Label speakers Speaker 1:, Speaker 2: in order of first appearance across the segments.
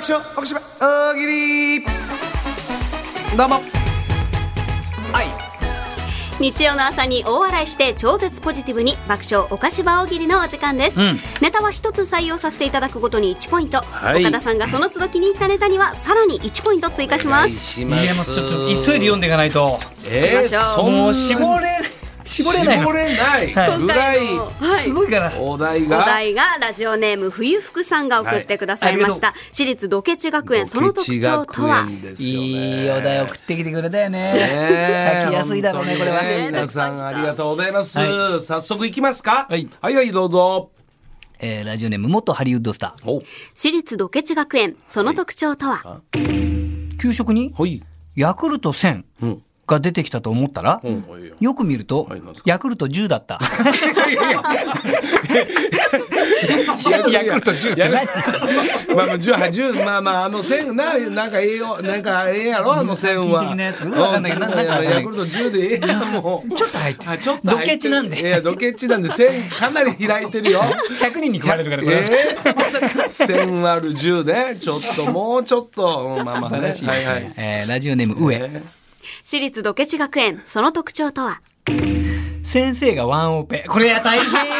Speaker 1: ション福島大喜利どうもはい
Speaker 2: 日曜の朝に大笑いして超絶ポジティブに爆笑お菓子場大喜利のお時間です、
Speaker 3: うん
Speaker 2: ネタは一つ採用させていただくごとに1ポイント、
Speaker 3: はい
Speaker 2: 岡田さんがその都度気に入ったネタにはさらに1ポイント追加し
Speaker 3: お
Speaker 2: ま
Speaker 3: 願
Speaker 2: す
Speaker 3: いし
Speaker 4: いやもうちょっと急いで読んでいかないと
Speaker 2: 行きま
Speaker 3: えー、
Speaker 2: しょう
Speaker 3: そんな
Speaker 4: もう絞れ絞れないの
Speaker 3: 絞れない
Speaker 4: はい
Speaker 3: ぐらい
Speaker 2: 今回のはい
Speaker 4: すごいから
Speaker 3: お題
Speaker 2: お
Speaker 3: が
Speaker 2: 題がラジオネーム冬福さんが送ってくださいました、
Speaker 4: は
Speaker 2: 私立ドケチ学園その特徴とは
Speaker 3: ドケチ学園ですよね
Speaker 4: いいお題送ってきてくれたよね
Speaker 3: ねえ
Speaker 4: 書きやすいだろうねこれは
Speaker 3: 本当に皆さんありがとうございます、
Speaker 4: は
Speaker 3: 早速いきますか
Speaker 4: はい
Speaker 3: はい、はいどうぞ
Speaker 4: えーラジオネーム元ハリウッドスター
Speaker 3: お
Speaker 2: 私立ドケチ学園その特徴とは、
Speaker 4: 給食に
Speaker 3: はい
Speaker 4: ヤクルト1000
Speaker 3: うん
Speaker 4: が出てきたと思ったら、
Speaker 3: うんはいよ
Speaker 4: よく見ると、
Speaker 3: はいなんですか
Speaker 4: ヤクルト10だった。
Speaker 3: ヤ
Speaker 4: ヤクルト10って何
Speaker 3: まあまあ十八十まあまああの線ななんか栄養なんかええやろあの線は。
Speaker 4: 乳酸菌的なやつわかんないけど
Speaker 3: う
Speaker 4: なんか
Speaker 3: ヤクルト十でええやんもう。
Speaker 4: ちょっと入って
Speaker 3: あちょっと
Speaker 4: ド
Speaker 3: 入ってる
Speaker 4: ケチなん
Speaker 3: い
Speaker 4: で。
Speaker 3: やドケチなんで線かなり開いてるよ。
Speaker 4: 100人に食われるから、これは。
Speaker 3: ええ線割る十でちょっともうちょっとうんまあまあね。
Speaker 4: 素晴らしい
Speaker 3: はいはい。
Speaker 4: えーラジオネーム上、
Speaker 2: 私立ドケチ学園その特徴とは
Speaker 4: 先生がワンオペ。これは大 変よ。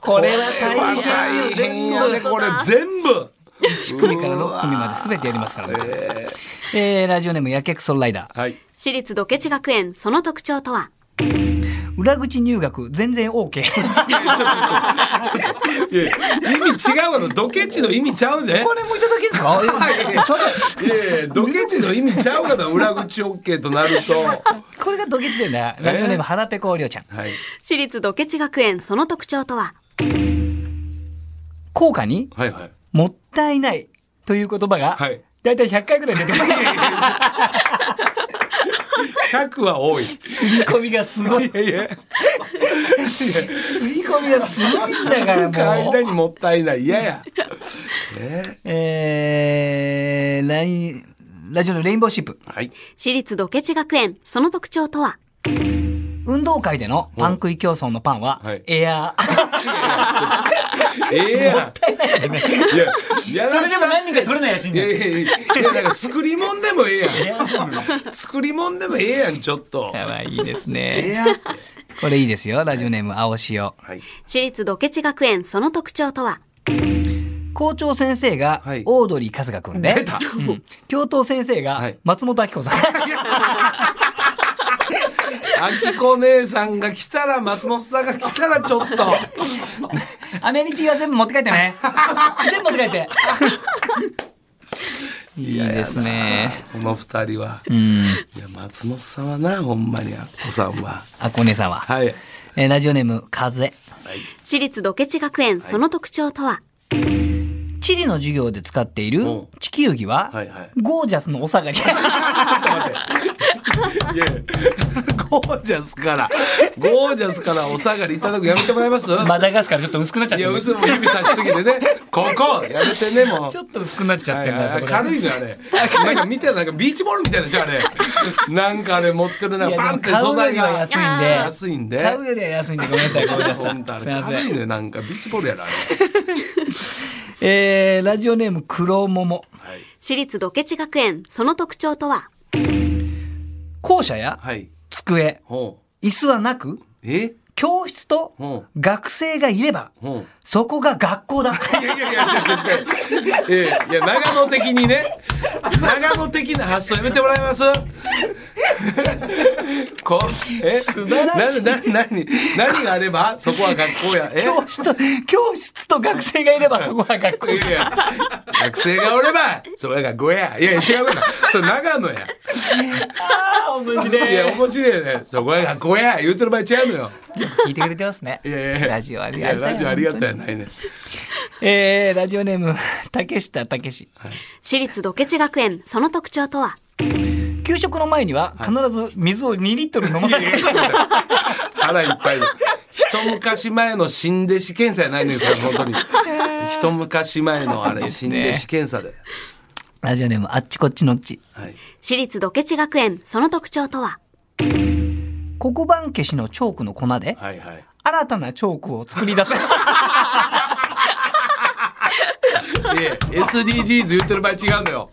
Speaker 4: これは大変よ。
Speaker 3: 大変よねこれ全部。
Speaker 4: 1組から6組まで全てやりますからね。えーラジオネームやけくそライダー。
Speaker 3: はい。
Speaker 2: 私立ドケチ学園その特徴とは
Speaker 4: 裏口入学全然 OK。
Speaker 3: いや意味違うのドケチの意味ちゃうで。
Speaker 4: これもいただけですかそれ
Speaker 3: いやいやドケチの意味ちゃうかな裏口 OK となると。
Speaker 4: これがドケチだよな。ラジオネーム腹ペコりょうちゃん。
Speaker 3: はい。
Speaker 2: 私立ドケチ学園その特徴とは
Speaker 4: 効果に
Speaker 3: はいはい。
Speaker 4: もったいないという言葉が、
Speaker 3: はい
Speaker 4: だいたい100回ぐらい出て くる。
Speaker 3: 100は多い。
Speaker 4: すり込みがすごい。
Speaker 3: いやいや、
Speaker 4: すり込みがすごいん だからもう。
Speaker 3: 間にもったいない。いやや。
Speaker 4: えー、ラインラジオのレインボーシップ。
Speaker 3: はい。
Speaker 2: 私立ドケチ学園その特徴とは
Speaker 4: 運動会でのパン食い競争のパンは
Speaker 3: はい、
Speaker 4: エアー。
Speaker 3: ええやん。いや、や
Speaker 4: そ
Speaker 3: ら
Speaker 4: れ
Speaker 3: し
Speaker 4: でも
Speaker 3: た。
Speaker 4: 何人か取れないやついん
Speaker 3: い
Speaker 4: だ
Speaker 3: や
Speaker 4: よ。
Speaker 3: いやいや、いやなんか作り物でもええやん。作り物でもええやん、ちょっと。
Speaker 4: やばいいいです
Speaker 3: ええ
Speaker 4: ね。
Speaker 3: やん。
Speaker 4: これいいですよ。ラジオネーム、青潮。
Speaker 3: はい。
Speaker 2: 私立ドケチ学園その特徴とは
Speaker 4: 校長先生が
Speaker 3: はい、
Speaker 4: オードリー春日くんで。
Speaker 3: 出た
Speaker 4: うん教頭先生
Speaker 3: は
Speaker 4: が
Speaker 3: い、
Speaker 4: 松本明子さ ん。
Speaker 3: あきこ姉さんが来たら、松本さんが来たら、ちょっと。
Speaker 4: アメニティは全部持って帰っ てね。全部持って帰って。いいですね。
Speaker 3: この二人は。
Speaker 4: うん。
Speaker 3: いや、松本さんはな、ほんまに、あっこさんは。
Speaker 4: あこねさんは。
Speaker 3: はい。
Speaker 4: えーラジオネーム、風。
Speaker 2: 私立ドケチ学園その特徴とは、
Speaker 4: 地理の授業で使っていうる
Speaker 3: ん
Speaker 4: 地球儀は、
Speaker 3: はいはい
Speaker 4: ゴージャスのお下 がり。
Speaker 3: いやゴージャスから、ゴージャスからお下がりいただくやめてもらえます
Speaker 4: マダガスからちょっと薄くなっちゃっ
Speaker 3: い
Speaker 4: て
Speaker 3: や、
Speaker 4: る。
Speaker 3: 嘘も指さしすぎ てね、ここやめてね、もう。
Speaker 4: ちょっと薄くなっちゃっ
Speaker 3: は
Speaker 4: て
Speaker 3: い
Speaker 4: るんだ
Speaker 3: はい
Speaker 4: そこら
Speaker 3: 軽いのよあれなんか見てなんかビーチボールみたいなでしょあれ なんかあれ持ってるなん
Speaker 4: い
Speaker 3: か
Speaker 4: や
Speaker 3: バン
Speaker 4: でも
Speaker 3: って
Speaker 4: 買
Speaker 3: 素
Speaker 4: うよ
Speaker 3: 材
Speaker 4: りは
Speaker 3: が
Speaker 4: 安いんで。
Speaker 3: 安いんで
Speaker 4: 買うよりは安いんでごめんなさい、ゴージャスさ
Speaker 3: 本当あれ
Speaker 4: ん。すいま
Speaker 3: 軽
Speaker 4: せ
Speaker 3: い
Speaker 4: ん。
Speaker 3: のよなんかビーチボールやろあれ
Speaker 4: えー、ラジオネーム、黒桃。
Speaker 3: はい
Speaker 2: 私立ドケチ学園その特徴とは
Speaker 4: 校舎や
Speaker 3: はい
Speaker 4: 机、
Speaker 3: ほう
Speaker 4: 椅子はなく、
Speaker 3: え
Speaker 4: 教室と
Speaker 3: うん
Speaker 4: 学生がいれば、
Speaker 3: ほう
Speaker 4: そこが学校だ。
Speaker 3: いやいやいやいやいやいやいや長野的にね長野的な発想やめてもらえ ますこえ素
Speaker 4: 晴らしい
Speaker 3: なな何何があればそこは学校や え
Speaker 4: 教室と、教室と学生がい ればそこは学校
Speaker 3: い。やいや学生がおればそれが5やいやいや違うからそれ長野や
Speaker 4: ああ、面白
Speaker 3: い
Speaker 4: い。
Speaker 3: や面白いよねそこが5や言うてる場合違うのよ
Speaker 4: 聞いてくれてますね。
Speaker 3: いやいや
Speaker 4: ラジオあり
Speaker 3: い
Speaker 4: が
Speaker 3: や
Speaker 4: とう。
Speaker 3: ラジオありがとうやないね
Speaker 4: えー、ラジオネーム、竹下竹志。
Speaker 2: 私立ドケチ学園その特徴とは
Speaker 4: 給食の前には必ず水を2リットル飲まされる。
Speaker 3: 腹いっぱいです一昔前の新弟子検査やないのよそれ本当に一昔前のあれ新弟子検査で、
Speaker 4: ラジオネーム、あっちこっちのっち。
Speaker 3: はい、
Speaker 2: 私立ドケチ学園その特徴とは
Speaker 4: 黒板消しのチョークの粉で、
Speaker 3: はいはい
Speaker 4: 新たなチョークを作り出す。
Speaker 3: で SDGs 言ってる場合違うのよ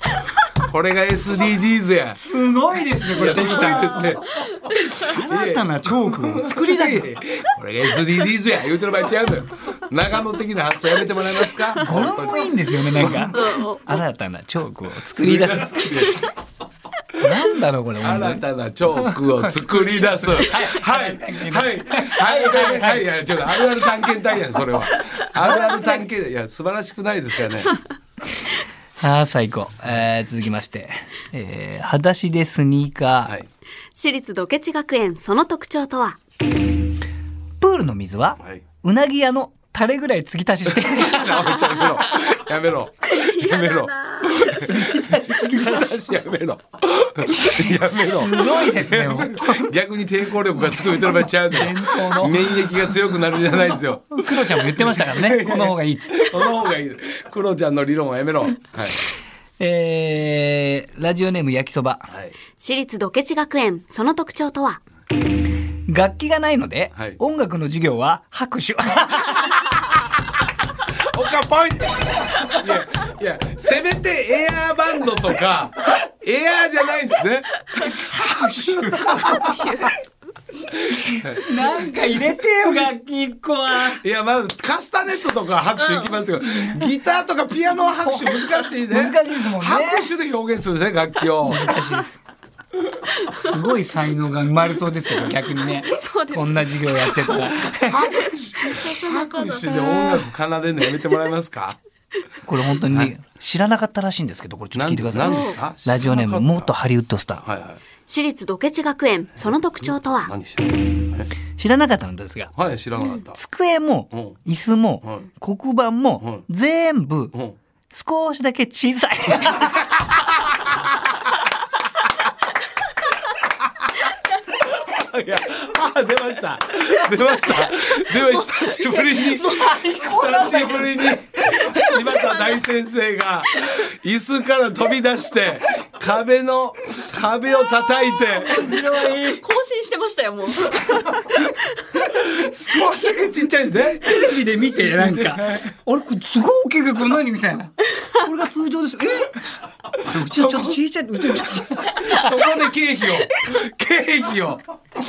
Speaker 3: これが SDGs や
Speaker 4: すごいですね、これ。
Speaker 3: できたですね
Speaker 4: 新たなチョークを作り出す。
Speaker 3: これが SDGs や言うてる場合違うのよ長野的な発想やめてもらえますか
Speaker 4: 語呂もいいんですよね、なんか。 新たなチョークを作り出す。なんだろう、これ。
Speaker 3: 新たなチョークを作り出 す。はい、はい、はい、はい、はい、はい、ちょっとあるある探検隊やん、それは。あるある探検、いや、素晴らしくないですからね。
Speaker 4: ああ、最高。えー続きまして。えー、裸足でスニーカー。
Speaker 3: はい。
Speaker 2: 私立土ケチ学園その特徴とは
Speaker 4: プールの水は、
Speaker 3: はいう
Speaker 4: なぎ屋のタレぐらい継ぎ足 しして、
Speaker 3: やめろ。やめろ。
Speaker 4: 継ぎ足し。
Speaker 3: やめろ。やめろ。やめろ。
Speaker 4: すごいですね。もう
Speaker 3: 逆に抵抗力がつく言ってる場合ちゃうのよ
Speaker 4: 伝統の
Speaker 3: 免疫が強くなるじゃないですよ。
Speaker 4: クロちゃんも言ってましたからね。この方がいいっつって。
Speaker 3: その方がいい。クロちゃんの理論はやめろ。はい。
Speaker 4: えー、ラジオネーム焼きそば。
Speaker 3: はい。
Speaker 2: 私立土ケチ学園その特徴とは
Speaker 4: 楽器がないので、
Speaker 3: はい
Speaker 4: 音楽の授業は拍手。
Speaker 3: オカポイントいやいやせめてエアーバンドとかエアーじゃないんですね
Speaker 4: なんか入れてよ、楽器一個は。
Speaker 3: いやまずカスタネットとか拍手いきますけど、ギターとかピアノは拍手難しいね
Speaker 4: 難しいですもんね
Speaker 3: 拍手で表現するんですね楽器 を
Speaker 4: すごい才能が生まれそうですけど、逆にね。
Speaker 2: そうですね
Speaker 4: こんな授業やってたら。
Speaker 3: 拍手拍手で音楽奏でるのやめてもらえますか
Speaker 4: これ本当にね、知らなかったらしいんですけど、これちょっと聞いてください。
Speaker 3: なんなんですか
Speaker 4: ラジオネーム、
Speaker 3: 知らなかった
Speaker 4: 元ハリウッドスター。
Speaker 3: はいはい
Speaker 2: 私立土ケチ学園その特徴とは
Speaker 3: 何してるのえ
Speaker 4: 知らなかったのですが、
Speaker 3: はい知らなかった
Speaker 4: 机も、椅子も、黒板も、
Speaker 3: う
Speaker 4: 全部、
Speaker 3: うん
Speaker 4: 少しだけ小さい。
Speaker 3: いや、あ、出ました。出ました。でも久しぶりに、久しぶりに、柴田大先生が、椅子から飛び出して、壁の、壁を叩いて、
Speaker 2: 更新してましたよもう
Speaker 3: 少しだけちっちゃいんですね。
Speaker 4: テレビで見て、なん か、あれ、これすごい大きいけど、これ何みたいな。これが通常です。えうちのちょっと小さい、うちのちょっと小さい。
Speaker 3: そこでケーキを、ケーキを、ケー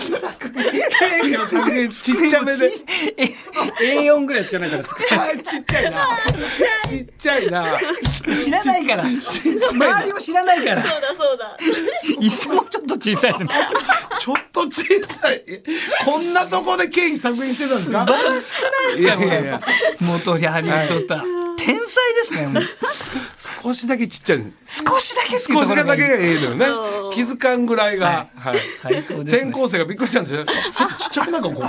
Speaker 3: キを削減、ちっちゃめで。
Speaker 4: A4 ぐらいしかないから作
Speaker 3: あちっちゃいな。ちっちゃいな。
Speaker 4: る、知らないから。周りを知らないから。
Speaker 2: そうだそうだ
Speaker 4: 椅子もちょっと小さいの。
Speaker 3: ちょっと小さい。こんなとこでケーキ削減してたんですか
Speaker 4: 素晴らしくない
Speaker 3: いやいやいや。
Speaker 4: 元ハリウッドスター。天才ですね、もう。
Speaker 3: 少しだけちっちゃい。
Speaker 4: 少しだけっていう
Speaker 3: 少
Speaker 4: と
Speaker 3: し
Speaker 4: ころ
Speaker 3: だ
Speaker 4: が
Speaker 3: け
Speaker 4: いい
Speaker 3: がええのよね
Speaker 2: そう。
Speaker 3: 気づかんぐらいが。はい。
Speaker 4: 最高ですね
Speaker 3: 転校生がびっくりしたんじゃないですか。ちょっとちっちゃくなんかここ。
Speaker 4: ど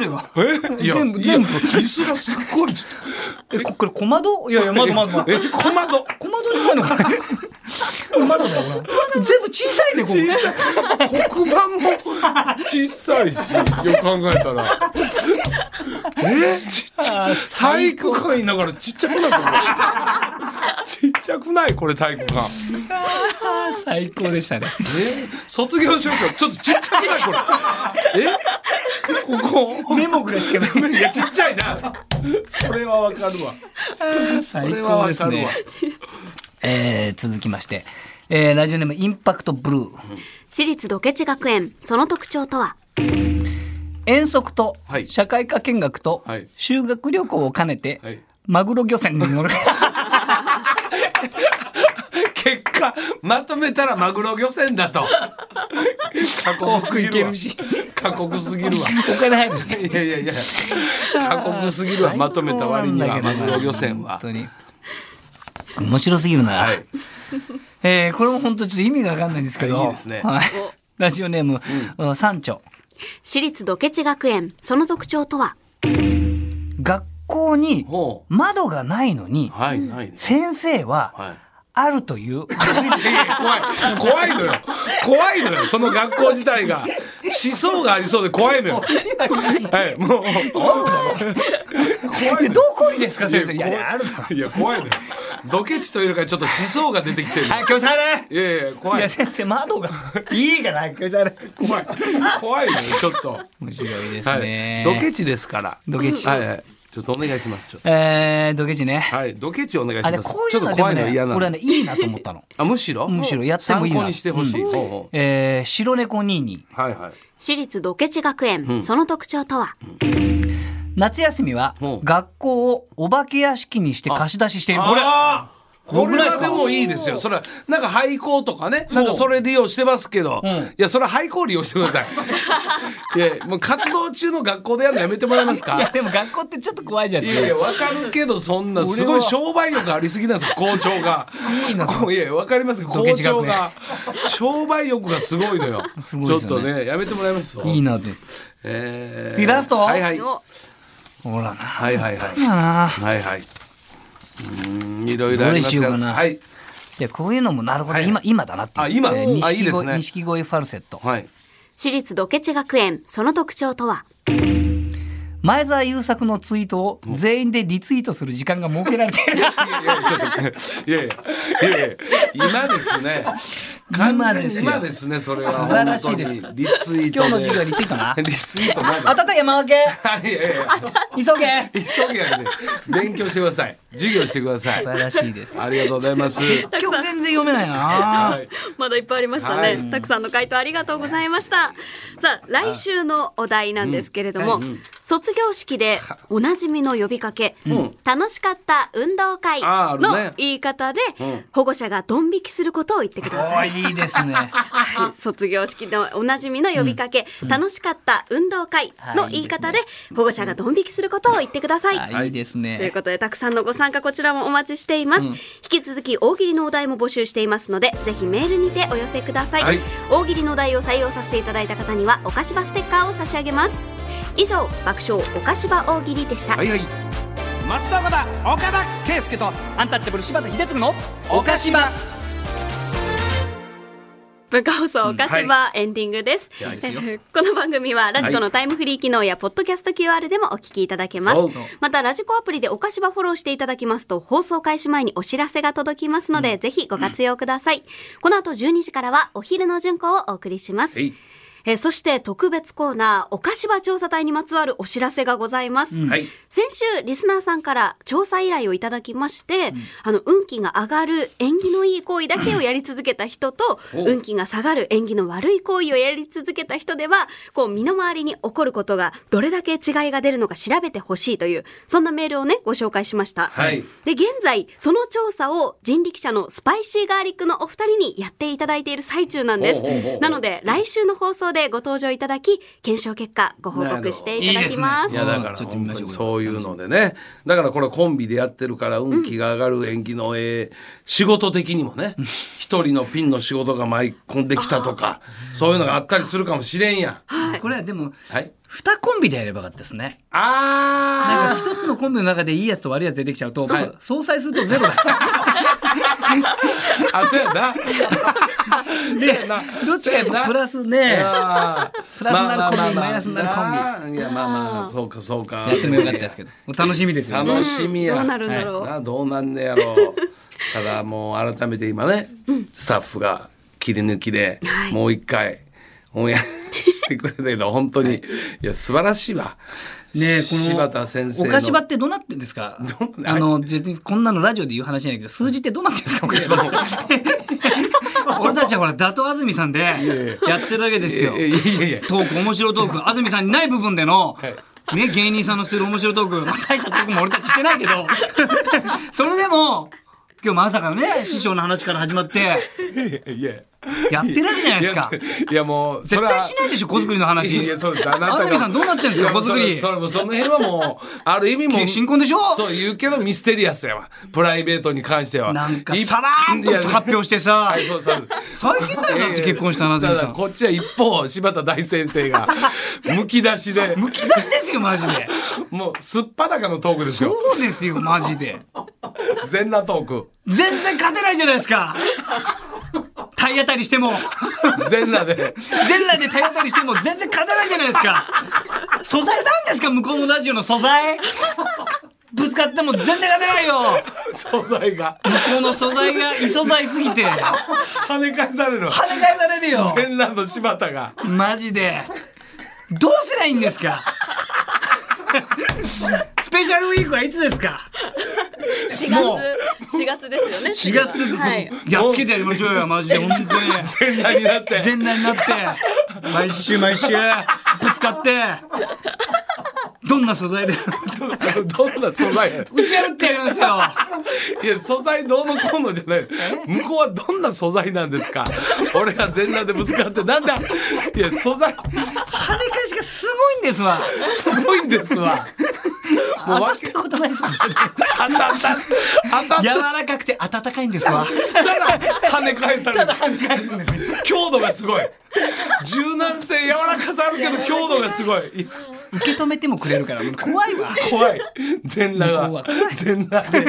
Speaker 4: れが
Speaker 3: えいや、
Speaker 4: 全部
Speaker 3: いや
Speaker 4: 全部
Speaker 3: 椅子がすっごいちっち
Speaker 4: え、ここれ小窓いやいや、窓窓
Speaker 3: ゃい。
Speaker 4: 窓。
Speaker 3: え、小窓。
Speaker 4: 小窓じゃないのかなこれ窓だよな。全部小さいね、こ
Speaker 3: 小
Speaker 4: こ。
Speaker 3: さい。黒板も小さいし、よく考えたら。 えちっちゃい。
Speaker 4: あー
Speaker 3: 体育館いながらちっちゃくないこれちっちゃくないこれ体育館。
Speaker 4: 最高でしたね。
Speaker 3: え卒業証書ちょっとちっちゃくないこれ。えここ。
Speaker 4: メモぐらいしかない。
Speaker 3: いやちっちゃいな。それはわかるわ。そ
Speaker 4: 最
Speaker 3: れは
Speaker 4: 高
Speaker 3: わ
Speaker 4: です
Speaker 3: かるわ
Speaker 4: ね。。えー、続きまして。えー、ラジオネームインパクトブルー。
Speaker 2: 私立土ケチ学園その特徴とは
Speaker 4: 遠足と
Speaker 3: はい
Speaker 4: 社会科見学と
Speaker 3: はい
Speaker 4: 修学旅行を兼ねて
Speaker 3: はい、
Speaker 4: マグロ漁船 に乗る。
Speaker 3: 結果まとめたらマグロ漁船だと。過酷すぎる
Speaker 4: 遠く行け
Speaker 3: わ
Speaker 4: るし。
Speaker 3: 過酷すぎるわ。
Speaker 4: お金入るしね。
Speaker 3: いやいやいや過酷すぎるわまとめた割には
Speaker 4: 最高な
Speaker 3: マ
Speaker 4: んだけ
Speaker 3: グ
Speaker 4: ど
Speaker 3: ロ漁船は
Speaker 4: 本。当に。面白すぎるな。
Speaker 3: はい。
Speaker 4: えー、これも本当ちょっと意味がわかんないんですけど。
Speaker 3: はいいいですね
Speaker 4: はい
Speaker 2: お
Speaker 4: ラジオネーム、うん、三丁。
Speaker 2: 私立土ケチ学園その特徴とは
Speaker 4: 学校に
Speaker 3: ほう。
Speaker 4: 窓がないのに、
Speaker 3: はいないね。
Speaker 4: 先生
Speaker 3: は、
Speaker 4: はいある という。
Speaker 3: いやいや怖い怖いのよ怖いのよその学校自体が思想がありそうで怖いのよはいもう怖いのよ
Speaker 4: どこにですか、先生。いや、い
Speaker 3: 怖い
Speaker 4: やあるだろ。
Speaker 3: いや怖いのよドケチというよりかちょっと思想が出てきてる
Speaker 4: はい、教材ね。
Speaker 3: いやいや
Speaker 4: い
Speaker 3: 怖
Speaker 4: や、
Speaker 3: い
Speaker 4: 先生、窓が。いいから、教材ね。
Speaker 3: 怖い怖いのよちょっと
Speaker 4: 面白いです
Speaker 3: はい
Speaker 4: ね。
Speaker 3: ドケチですから
Speaker 4: ドケチ
Speaker 3: はいはいちょっとお願いします。ちょっと
Speaker 4: えー、ドケチね。
Speaker 3: はい、ドケチお願いし
Speaker 4: あれ、
Speaker 3: ます。
Speaker 4: こう
Speaker 3: ち
Speaker 4: い
Speaker 3: ょ
Speaker 4: う
Speaker 3: っと
Speaker 4: のでも
Speaker 3: 怖いの
Speaker 4: ね、
Speaker 3: 嫌なの
Speaker 4: 俺はね、いいなと思ったの。
Speaker 3: あむしろ
Speaker 4: むしろやってもいいな
Speaker 3: 参考にしてほしい、
Speaker 4: うん
Speaker 3: ほうほう
Speaker 4: えー、白猫ニーニー。
Speaker 3: はいはい
Speaker 2: 私立ドケチ学園、その特徴とは、
Speaker 4: 夏休みは
Speaker 3: うん
Speaker 4: 学校をお化け屋敷にして貸し出ししている。これ、
Speaker 3: あー
Speaker 4: こ
Speaker 3: こ
Speaker 4: れ
Speaker 3: れ
Speaker 4: ないです
Speaker 3: は
Speaker 4: か
Speaker 3: でもいいですよ。それは、なんか廃校とかね、なんかそれ利用してますけど、
Speaker 4: ん
Speaker 3: いや、それは廃校利用してくださ い。いや、もう活動中の学校でやるのやめてもらえますか
Speaker 4: いやでも学校ってちょっと怖いじゃない
Speaker 3: い
Speaker 4: ですか。
Speaker 3: やいや、わかるけど、そんな、すごい商売力ありすぎなんですよ、校長が。いいないや、わかりますけど、
Speaker 4: ドケ
Speaker 3: 校
Speaker 4: チ学
Speaker 3: 長
Speaker 4: 園
Speaker 3: が。商売欲が すごいのよ。
Speaker 4: すごいですよね
Speaker 3: ちょっとね、やめてもらいますよ
Speaker 4: いい。なと思って。
Speaker 3: えー
Speaker 4: 次ラスト
Speaker 3: はいはい。
Speaker 2: よ
Speaker 4: ほらな。
Speaker 3: はいはいはい。
Speaker 4: いやな。
Speaker 3: はいはい。うーん、いろいろありますが
Speaker 4: どれしようかな
Speaker 3: はい。
Speaker 4: いや、こういうのもなるほど、
Speaker 3: はい
Speaker 4: 今、今だなっていう。
Speaker 3: あ今
Speaker 4: えー
Speaker 3: うんあいいで
Speaker 4: 錦
Speaker 3: す
Speaker 4: 鯉、
Speaker 3: ね
Speaker 4: 錦鯉ファルセット。
Speaker 3: はい。
Speaker 2: 私立ドケチ学園、その特徴とは、
Speaker 4: 前澤友作のツイートを全員でリツイートする時間が設けられている。
Speaker 3: いやいや、いやいや、今ですね。
Speaker 4: 今ですよ
Speaker 3: 今ですね、それは。
Speaker 4: 素晴らしいです
Speaker 3: 本当にリ ツイート
Speaker 4: 今
Speaker 3: で。。
Speaker 4: 日の授業リツイートな
Speaker 3: リツイートまだ。
Speaker 4: あたた山分け
Speaker 3: はい、いやいや。
Speaker 4: 急 げ
Speaker 3: 急ぎなんで、勉強してください。授業してください
Speaker 4: 素。晴らしいです。
Speaker 3: ありがとうございます。
Speaker 4: 曲全然読めな いな。
Speaker 3: はい
Speaker 2: まだいっぱいありましたね、
Speaker 3: はい
Speaker 2: たくさんの回答ありがとうございましたさあ来週のお題なんですけれども、卒業式でおなじみの呼びかけ、楽しかった運動会
Speaker 3: あーある
Speaker 2: の
Speaker 3: ね
Speaker 2: 言い方で、
Speaker 3: ん
Speaker 2: 保護者がドン引きすることを言ってください
Speaker 4: おいいですね。
Speaker 2: はい、卒業式のおなじみの呼びかけ、楽しかった運動会の言い方で保護者がドン引きすることを言ってください。
Speaker 4: あいいですね。
Speaker 2: ということでたくさんのご参加こちらもお待ちしています、引き続き大喜利のお題も募集していますのでぜひメールにてお寄せください、
Speaker 3: はい
Speaker 2: 大喜利のお題を採用させていただいた方にはお菓子場ステッカーを差し上げます以上爆笑お菓子場大喜利でした、
Speaker 3: はいはい。
Speaker 5: 増田岡田岡田圭佑とアンタッチャブル柴田秀嗣の岡島
Speaker 2: 文化放送おかしばエンディングです。
Speaker 3: いやいいですよ
Speaker 2: この番組はラジコのタイムフリー機能やポッドキャスト QR でもお聞きいただけます
Speaker 3: そう。
Speaker 2: またラジコアプリでおかしばフォローしていただきますと放送開始前にお知らせが届きますので、ぜひご活用ください。この後12時からはお昼の巡行をお送りします。
Speaker 3: はい
Speaker 2: えーそして特別コーナー、おかしば調査隊にまつわるお知らせがございます。
Speaker 3: はい。
Speaker 2: 先週リスナーさんから調査依頼をいただきまして、あの運気が上がる縁起のいい行為だけをやり続けた人と、
Speaker 3: お
Speaker 2: 運気が下がる縁起の悪い行為をやり続けた人ではこう身の回りに起こることがどれだけ違いが出るのか調べてほしいというそんなメールをねご紹介しました、
Speaker 3: はい
Speaker 2: で現在その調査を人力車のスパイシーガーリックのお二人にやっていただいている最中なんです
Speaker 3: おうおうおう
Speaker 2: なので来週の放送でご登場いただき検証結果ご報告していただきます
Speaker 3: いやだから本当にそういうのでねだからこれコンビでやってるから運気が上がる縁起のええ仕事的にもね一人のピンの仕事が舞い込んできたとかそういうのがあったりするかもしれんやん。
Speaker 4: これはでも、
Speaker 3: はい、
Speaker 4: 二コンビでやればよかったですね。
Speaker 3: あ
Speaker 4: なんか一つのコンビの中でいいやつと悪いやつ出てきちゃうと、
Speaker 3: はい
Speaker 4: 僕相殺するとゼロだ。
Speaker 3: ーあそうやな。 そうやな
Speaker 4: どっちかやっ
Speaker 3: そうや
Speaker 4: ぱ
Speaker 3: な
Speaker 4: プラスね。
Speaker 3: あー
Speaker 4: プラスになるコンビ
Speaker 3: まあまあまあまあ
Speaker 4: マイナスになるコンビ
Speaker 3: なあいやまあまあそうかそうか。
Speaker 4: やってもよかったですけど。もう楽しみですよ、ね。
Speaker 3: 楽しみや。
Speaker 2: どうなるんだろう
Speaker 3: などうなんねやろ うただもう改めて今ね、スタッフが切り抜きで、
Speaker 2: はい
Speaker 3: もう一回オン エアしてくれたけど本当に、い、や素晴らしいわ
Speaker 4: ねえこの
Speaker 3: 柴田先生
Speaker 4: お
Speaker 3: の
Speaker 4: 菓子場ってどうなってんですか
Speaker 3: どうな
Speaker 4: あの、別にこんなのラジオで言う話じゃないけど、数字ってどうなってんですか、お菓子 場って。俺たちはほら、打倒安住さんでやってるだけですよ。
Speaker 3: えいやいやいや
Speaker 4: トーク、面白トーク、安住さんにない部分での、ね、芸人さんのする面白トーク、まあ大したトークも俺たちしてないけど、 それでも、今日まさかのね、師匠の話から始まって、
Speaker 3: いやいや
Speaker 4: やってるわけじゃないですか
Speaker 3: い。やいやもうそ
Speaker 4: 絶
Speaker 3: れは
Speaker 4: 対しないでしょ、子作りの話。
Speaker 3: いやそうですあなたが
Speaker 4: 安住さんどうなってんです
Speaker 3: い
Speaker 4: か、
Speaker 3: やも
Speaker 4: 子
Speaker 3: う
Speaker 4: 作り
Speaker 3: そ。れそれもうその辺はもうある意味もう
Speaker 4: 新婚でしょ
Speaker 3: そう言うけどミステリアスやわプライベートに関しては
Speaker 4: なんか
Speaker 3: い
Speaker 4: さらーっと発表してさ
Speaker 3: はいそうそう
Speaker 4: 最近だよだって結婚したなずみさ
Speaker 3: ただ
Speaker 4: ん。
Speaker 3: こっちは一方柴田大先生 がむき出しで
Speaker 4: むき出しですよマジで。
Speaker 3: もうすっぱだかのトークですよ
Speaker 4: そうですよマジで。
Speaker 3: 全裸トーク
Speaker 4: 全然勝てないじゃないですか。体当たりしても
Speaker 3: 全裸で
Speaker 4: 全裸で体当たりしても全然勝てないじゃないですか。素材なんですか向こうのラジオの素材。ぶつかっても全然勝てないよ。
Speaker 3: 素材が
Speaker 4: 向こうの素材が異素材すぎて跳
Speaker 3: 跳ね返される
Speaker 4: ね返されるよ。
Speaker 3: 全裸の柴田が
Speaker 4: マジで。どうすりゃいいんですか
Speaker 3: ス
Speaker 4: ペシャルウィークはいつですか
Speaker 2: 4
Speaker 4: もう
Speaker 2: 月、4月です
Speaker 4: 4
Speaker 2: よね。
Speaker 4: 月、
Speaker 2: はい。
Speaker 4: やっつけてやりまし ょうよマジで本当に
Speaker 3: 全裸になって
Speaker 4: 全裸になって毎週毎週ぶつかってどんな素材で
Speaker 3: どんな素材
Speaker 4: 打ち破ってやりますよ
Speaker 3: いや素材どうのこうのじゃない向こうはどんな素材なんですか俺が全裸でぶつかってなんだいや素材
Speaker 4: 跳ね返しがすごいんですわ
Speaker 3: すごいんですわもうわけ
Speaker 4: 当たったことないですもん
Speaker 3: 当たった当たっ
Speaker 4: 柔らかくて温かいんですわ
Speaker 3: たら跳ね返される
Speaker 4: 跳ね返すんですよ
Speaker 3: 強度がすごい柔軟性柔らかさあるけど強度がすごいいや
Speaker 4: 受け止めてもくれるからもう怖いわ
Speaker 3: 怖い全裸
Speaker 4: 向
Speaker 3: が
Speaker 4: こうは怖
Speaker 3: 全裸で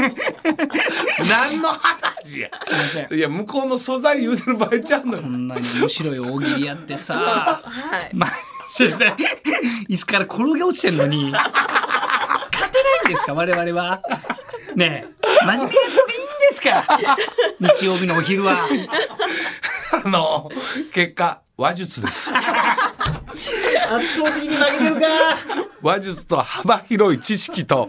Speaker 3: 何の話や
Speaker 4: すいません
Speaker 3: いや向こうの素材言うてる場合ちゃうのよ
Speaker 4: こんなに面白い大喜利やってさ
Speaker 2: はい。
Speaker 4: マジで椅子から転げ落ちてんのに勝てないんですか我々はねえ真面目な人がいいんですか日曜日のお昼は
Speaker 3: あの結果話術です
Speaker 4: 圧倒的に負けてるか
Speaker 3: 話術と幅広い知識と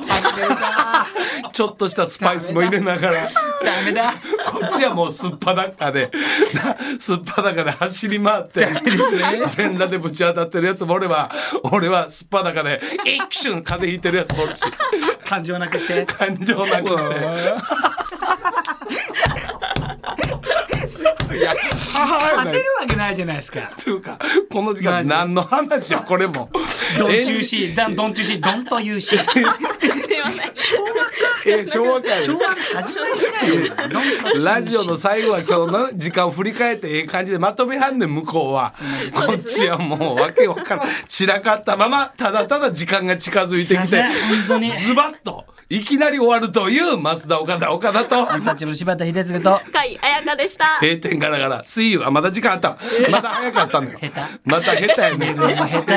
Speaker 3: ちょっとしたスパイスも入れながら
Speaker 4: ダメだ
Speaker 3: こっちはもうすっぱだかでなすっぱだかで走り回って全裸でぶち当たってるやつもおれば俺はすっぱだかで一瞬風邪ひいてるやつもおるし
Speaker 4: 感情なくして
Speaker 3: 感情なくして。いや母
Speaker 4: 勝
Speaker 3: な
Speaker 4: て
Speaker 3: い
Speaker 4: るわけないじゃないですか
Speaker 3: というかこの時間何の話よこれも
Speaker 4: ドンチューシーダンドンチューシードンというシー
Speaker 2: すいません。
Speaker 3: えー昭和か
Speaker 4: 昭和の始まりかよドンと いうシー
Speaker 3: ラジオの最後は今日の時間を振り返ってええ感じでまとめはんねん向こうはこっちはもうわけわからん散らかったままただただ時間が近づいてきて
Speaker 4: すいません本当に
Speaker 3: ズバッといきなり終わるという増田岡田岡田と
Speaker 4: タッチの柴田秀嗣と
Speaker 2: 甲斐彩香でした。
Speaker 3: 閉店ガラガラ水曜あまだ時間あったわまだ早かったのよまた下手やねん
Speaker 4: もう下手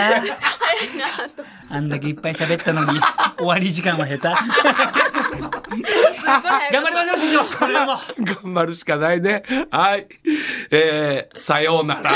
Speaker 4: あんだけいっぱい喋ったのに終わり時間は下手頑張りましょう師匠これはもう
Speaker 3: 頑張るしかないねはいえー、さようなら